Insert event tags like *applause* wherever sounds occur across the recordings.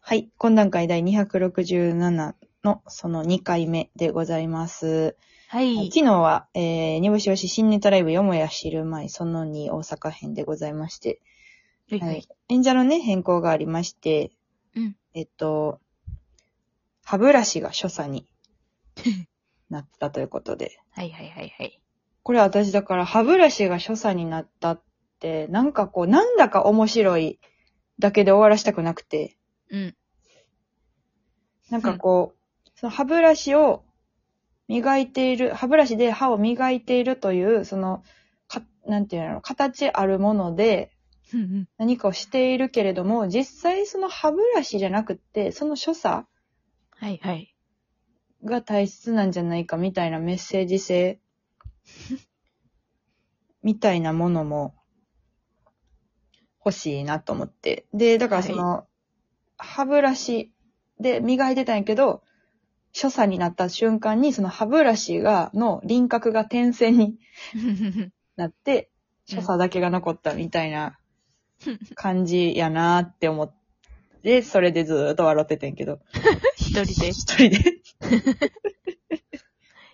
はい。懇談会第267のその2回目でございます。はい。昨日は、えー、煮干し推し新ネタライブよもや知る前その2大阪編でございまして、はいははいい。。演者のね、変更がありまして、うんえっと、歯ブラシが所作 *laughs* になったということで。はいはいはいはい。これ私だから歯ブラシが所作になったって、なんかこう、なんだか面白いだけで終わらしたくなくて、うん。なんかこう、その歯ブラシを磨いている、歯ブラシで歯を磨いているという、その、か、なんていうの、形あるもので、うん *laughs* 何かをしているけれども、実際その歯ブラシじゃなくって、その所作はいはい。 *laughs* が大切なんじゃないかみたいなメッセージ *laughs* 性みたいなものも欲しいなと思って。で、だからその、歯ブラシで磨いてたんやけど、所作になった瞬間にその歯ブラシが、の輪郭が点線になって、うん所作だけが残ったみたい *laughs* な感じやなーって思って、それでずーっと笑っててんけど。一人で一人で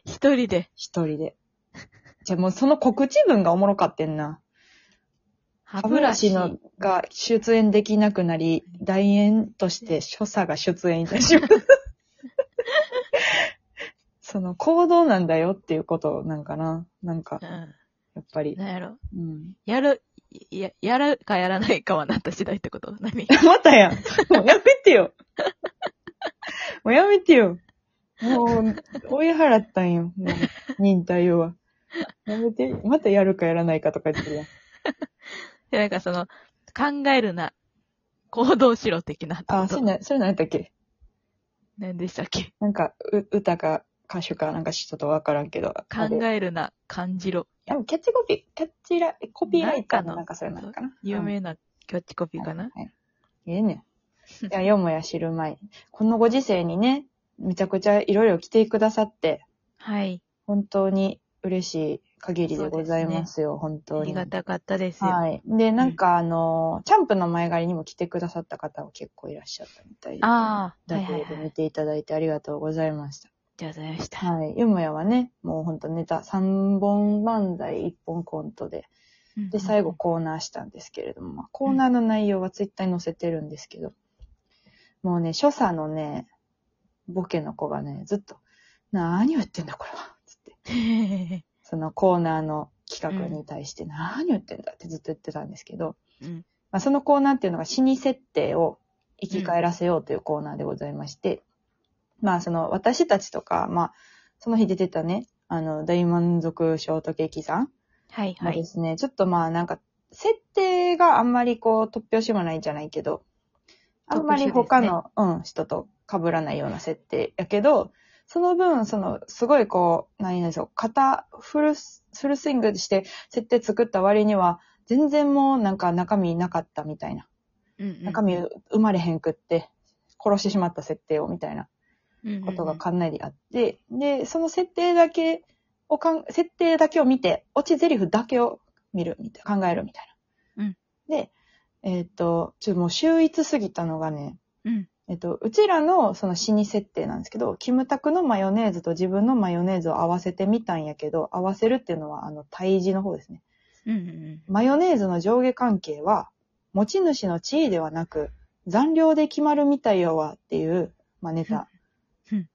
一人で。一人で。じゃあもうその告知文がおもろかってんな。歯歯ブラシの。が出演できなくなり、代演として所作が出演いたします。 *laughs* その行動なんだよっていうことなんかな。なんかう、ん。やっぱり。なんやろ。うん、 *laughs* やる、や、やるかやらないかはなった次第ってこと何 *laughs* またやん。もうやめてよ。 *laughs* もうやめてよ。もう、追い払ったんよ。もう、忍耐をは。やめて。またやるかやらないかとか言ってるやん。でなんかその、考えるな、行動しろ的な。あ、それな、それ何やったっけ何でしたっけなんか、う、歌か歌手かなんかちょっとわからんけど。あれ考えるな、感じろ。でもキャッチコピー、キャッチラ、コピーライターのななんんかそれなんかな。有名なキャッチコピうんーかな。はい。ええねん。いや、よもや知る前に。このご時世にね、めちゃくちゃいろいろ来てくださって、はい。本当に嬉しい限りでございますよ、本あ当りに。がたかったですよ。はい。で、なんかあの、チャンプの前借りにも来てくださった方が結構いらっしゃったみたいで。ああ、はダいブはいルでは見い。ていただいてありがとうございました。じゃあ、ございました。はい。よもやはね、もうほんとネタ3本漫才1本コントで、うんで、最後。コーナーしたんですけれども、まあコーナーの内容はツイッターに載せてるんですけど、もうね、所作のね、ボケの子がね、ずっと、何を言ってんだこれはつって、そのコーナーの企画に対して何を言ってんだってずっと言ってたんですけど、 *laughs* うん。まあ、そのコーナーっていうのが死に設定を生き返らせようというコーナーでございまして、まあその私たちとか、まあその日出てたね、あの大満足ショートケーキさんはいはもでい。すね、ちょっとまあなんか設定があんまりこう突拍子もないじゃないけど、あんまり他の、うん、人と被らないような設定やけど、その分、その、すごいこう、何でしょう、肩、フルス、フルスイングして設定作った割には、全然もうなんか中身なかったみたいな。うんうん中身生まれへんくって、殺してしまった設定をみたいなことがかなりあって、で、その設定だけをかん、設定だけを見て、落ち台詞だけを見る、みたいな、考えるみたいな。うんで、えーっと、ちょっともう秀逸すぎたのがね、うん。えっと、うちらのその死に設定なんですけど、キムタクのマヨネーズと自分のマヨネーズを合わせてみたんやけど、合わせるっていうのは、あの、対峙の方ですね。うんうんマヨネーズの上下関係は、持ち主の地位ではなく、残量で決まるみたいよわっていう、まあ、ネタうんうん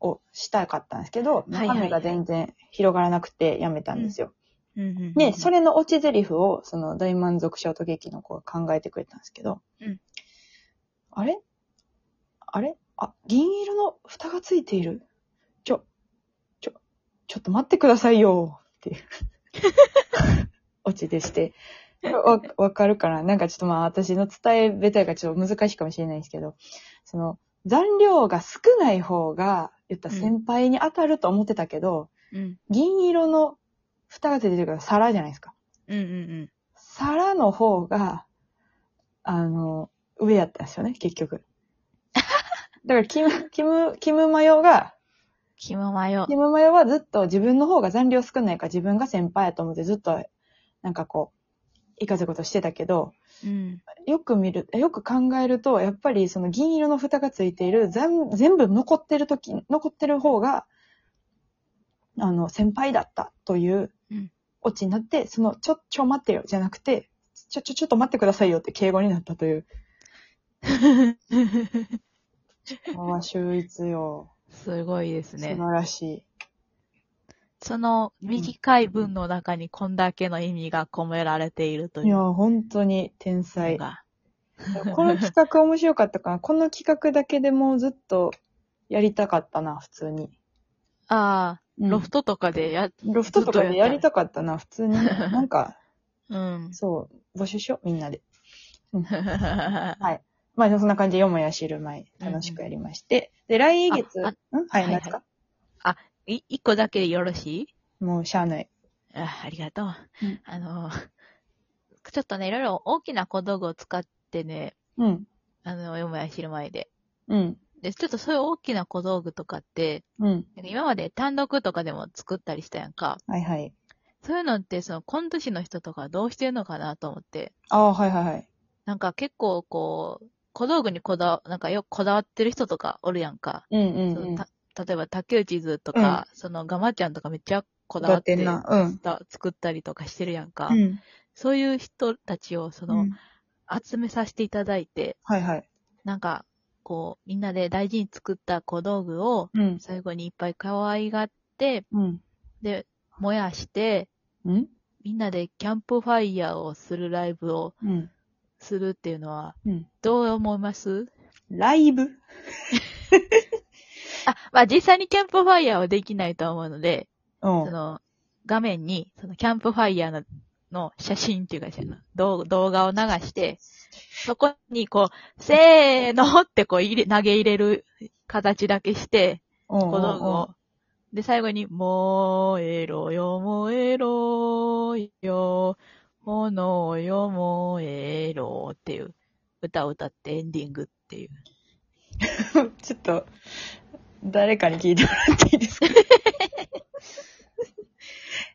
をしたかったんですけど、はいはい中身が全然広がらなくてやめたんですよ。うんうんうん。で、それ。れの落ち台詞を、その大満足ショート劇の子が考えてくれたんですけど、うんあれあれあ、銀色の蓋がついている。ちょ、ちょ、ちょっと待ってくださいよっていう *laughs* 落ちでして。わ、わかるかななんかちょっとまあ私の伝えべたいがちょっと難しいかもしれないんですけど、その残量が少ない方が、言ったら先輩に当たると思ってたけど、うん。銀色の蓋がついてるから皿じゃないですか。うんうん皿の方が、あの、上やったんですよね、結局。だから、キム、キム、キムマヨが、気ままよキ。ムマヨはずっと自分の方が残量少ないから自分が先輩やと思ってずっと、なんかこう、いかずことしてたけど、うん。よく見る、よく考えると、やっぱりその銀色の蓋がついている、全全部残ってる時、残ってる方が、あの、先輩だったといううんオチになって、その、ちょ、ちょ待ってよ、じゃなくて、ちょ、ちょ、ちょっと待ってくださいよって敬語になったと *laughs* いう。ああ、秀逸よ。 *laughs* すごいです素ね晴。らしい。その短い文の中にこんだけの意味が込められているといいうや、の本当に天才。が。 *laughs* この企画面白かったから、この企画だけでもうずっとやりたかったな、普通に。ああ、うんロフトとかでや、ロフトとかでやりたかったな、普通 *laughs* に。なんか、うん。 *laughs* そう、募集しよう、みんなで。まあ、そんな感じで、よもや知る前、楽しくやりまして。で、来月、んあは、はいいはい何ですかい、一個だけよろしいもう、しゃあない。あありがとう。うんあの、ちょっとね、いろいろ大きな小道具を使ってね、うん、あの、よもや知る前で。うん、で、ちょっとそういう大きな小道具とかって、うん。なんか今まで単独とかでも作ったりしたやんか。はいはい。そういうのって、その、コント師の人とかどうしてるのかなと思って。ああ、はいはいはい。なんか結構、こう、小道具にこだわ、なんかよくこだわってる人とかおるやんか。うんそうん、うのん。た例えば、竹内図とか、その、ガマちゃんとかめっちゃこだわってこだわってんなうんた作ったりとかしてるやんか。うん、そういう人たちを、その、うん。集めさせていただいて、はいはい。なんか、こう、みんなで大事に作った小道具を、うん、最後にいっぱい可愛がって、うん。で、燃やして、うんみんなでキャンプファイヤーをするライブをうん。するっていうのは、うん。どう思いますライブあ、まあ実際にキャンプファイヤーはできないと思うので、うんそ。の、画面に、そのキャンプファイヤーの、の写真っていうか、その動動画を流して、そこにこう、せーのってこう入れ、投げ入れる形だけして、小小道具を。で、最後に、燃えろよ、燃えろよ、炎よ、燃えろっていう歌を歌ってエンディングっていう。 *laughs* ちょっと、誰かに聞いてもらっていい *laughs* ですかい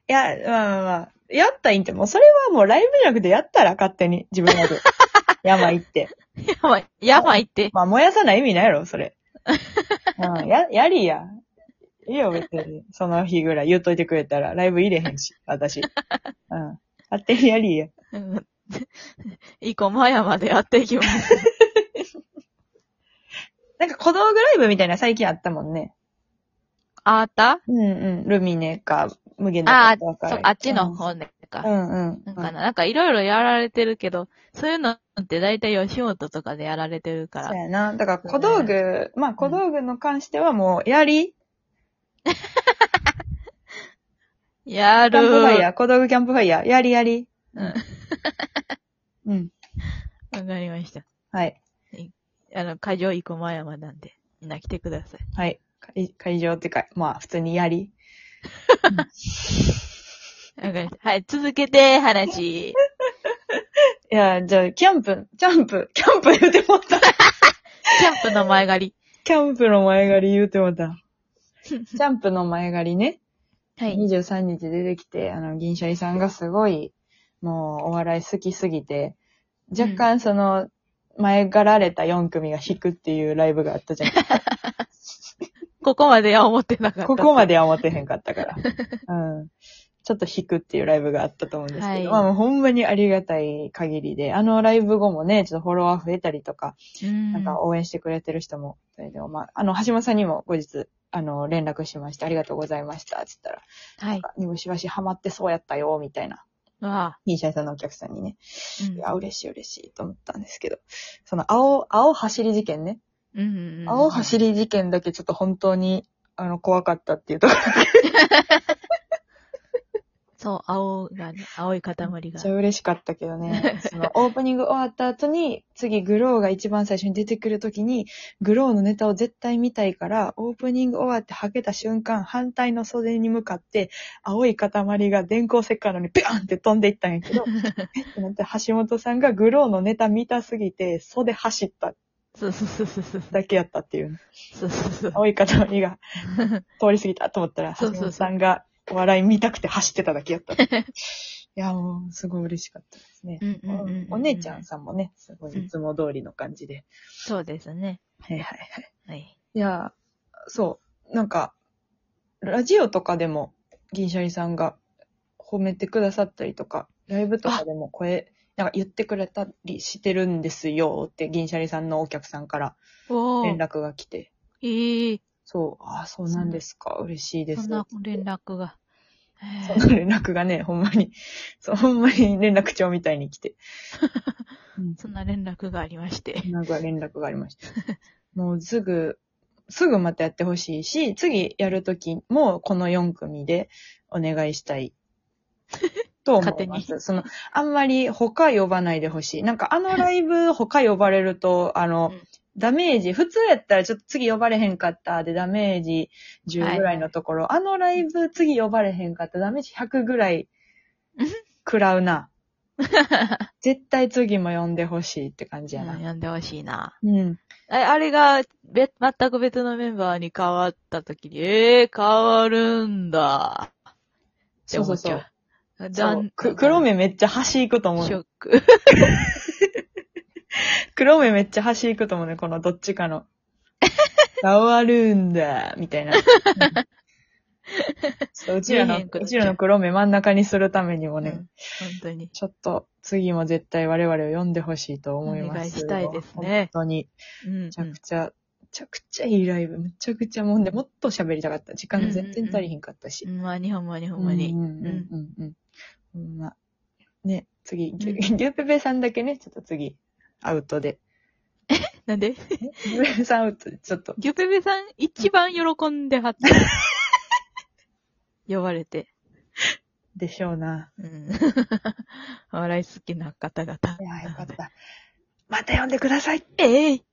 や、まあまあまあ。やったらいいんて、もうそれはもうライブじゃなくてやったら勝手に自分ら *laughs* で。山行って。やばい、やばいって。まあ燃やさない意味ないやろ、そ *laughs* れ。うん、や、やりや。いいよ、別に。その日ぐらい言っといてくれたら、ライブ入れへんし、 *laughs* 私。うん。勝手にやりや。うん *laughs* 生駒山でやっていきます。なんか小道具ライブみたいな最近あったもんね。 *laughs* あったうんうん。ルミネか、無限あ大あ、かそう、あっちの方ね。うか。んうん。なんかな、なんかいろいろやられてるけど、そういうのって大体吉本とかでやられてるかそうら。やな。だから小道具、まあ小道具の関してはもう、やり、やキるャンプファイー。ヤわー、小道具キャンプファイヤー、やりやり。うん。うん。かりました。はい。あの、会場生駒山なんで、みんな来てください。はい。会会場っていうか、まあ普通にやり。わかりました。はい、続けて、話。いや、じゃあ、キャンプ、キャンプ、キャンプ言うてもった。キャンプの前借り。キャンプの前借り言うてもった。キャンプの前借りね。は。 23日出てきて、あの、銀シャリさんがすごい、もう、お笑い好きすぎて、若干その、前がられた4組が弾くっていうライブがあったじゃん。ここまでは思ってなかった。ここまで。では思ってへんかった *laughs* から。うん。ちょっと弾くっていうライブがあったと思うんですけど、はいまあもうほんまにありがたい限りで、あのライブ後もね、ちょっとフォロワー増えたりとか、うん。なんか応援してくれてる人も、それでもまあ、あの、橋本さんにも後日、あの、連絡しまして、ありがとうございました、つったら、はい。にもしばしハマってそうやったよ、みたいな、わあ。銀シャリさんのお客さんにね、うんいや、嬉しい嬉しいと思ったんですけど、その青、青走り事件ね、うんうんうん。青走り事件だけちょっと本当に、あの、怖かったっていうところそう、青がね、青い塊めがっち。ゃ嬉しかったけど *laughs* ね。そのオープニング終わった後に、次グローが一番最初に出てくる時に、グローのネタを絶対見たいから、オープニング終わってはけた瞬間、反対の袖に向かって、青い塊が電光石火のようにビャンって飛んでいったんやけど、 *laughs* えってなって橋本さんがグローのネタ見たすぎて、袖走ったそうそうそうそうそう。だけやったっていう。そうそうそう。青い塊 *laughs* が通り過ぎたと思ったら、そ橋うそうそう本さんがお笑い見たくて走ってただけやった。いや、もう、すごい嬉しかったですですねう。んうんうんうん。お姉ちゃん。さんもね、すごいいつも通りの感じで。そうですね。はいはいはい。はい。いやー、そう。なんか、ラジオとかでも、銀シャリさんが褒めてくださったりとか、ライブとかでも声、なんか言ってくれたりしてるんですよって、銀シャリさんのお客さんからお連ー。絡が来て、ええそう、ああ、そうなんですか、嬉しいでそす。んな連絡が。えそーの連絡がね、ほんまに、そう、ほんまに連絡帳みたいに来 *laughs* て。うん、そんな連絡がありまして。なんか連絡がありました。 *laughs* もうすぐ、すぐまたやってほしいし、次やるときもこの4組でお願いした *laughs* い。と思いま勝す。手その、あんまり他呼ばないでほしい。なんかあのライブ他呼ばれると、あのうん、ダメージ、普通やったらちょっと次呼ばれへんかったでダメージ10ぐらいのところ、あのライブ次呼ばれへんかったダメージ100ぐらいうん食らう *laughs* な。絶対次も呼んでほしいって感じやな。うん、呼んでほしいな。うん。ああれが、べ、全く別のメンバーに変わった時に、ええ変わるんだ。ってそう思そうっちそゃうう。。そうそうく黒目めっちゃ端行くと思うショね。ック。黒目めっちゃ端行くと思うね、このどっちか *laughs* の。変わるんだ、みたいな。うんそううちらの、見えへんくなうっちちゃうらの黒目真ん中にするためにもうんね、本当に。ちょっと次も絶対我々を読んでほしいと思います。お願いしたいですね本当に。うん、うめちゃんく。ちゃ、めちゃくちゃいいライブ。めちゃくちゃもんで、もっと喋りたかった。時間全然足りひんかったしほ。んまにほんまにほんまに。ううんうんん。うんうんうん。ほんま。ね、次、ぎゅ、うんぎゅうぺぺさんだけね、ちょっと次、アウトで。なんで *laughs* ぎゅうぺぺ *laughs* さんアウトで、ちょっと。ギュペペさん一番喜んで *laughs* はった。呼ばれて。でしょうな。うん。 *laughs* お笑い好きな方々。いや、よかった。また呼んでくださいええ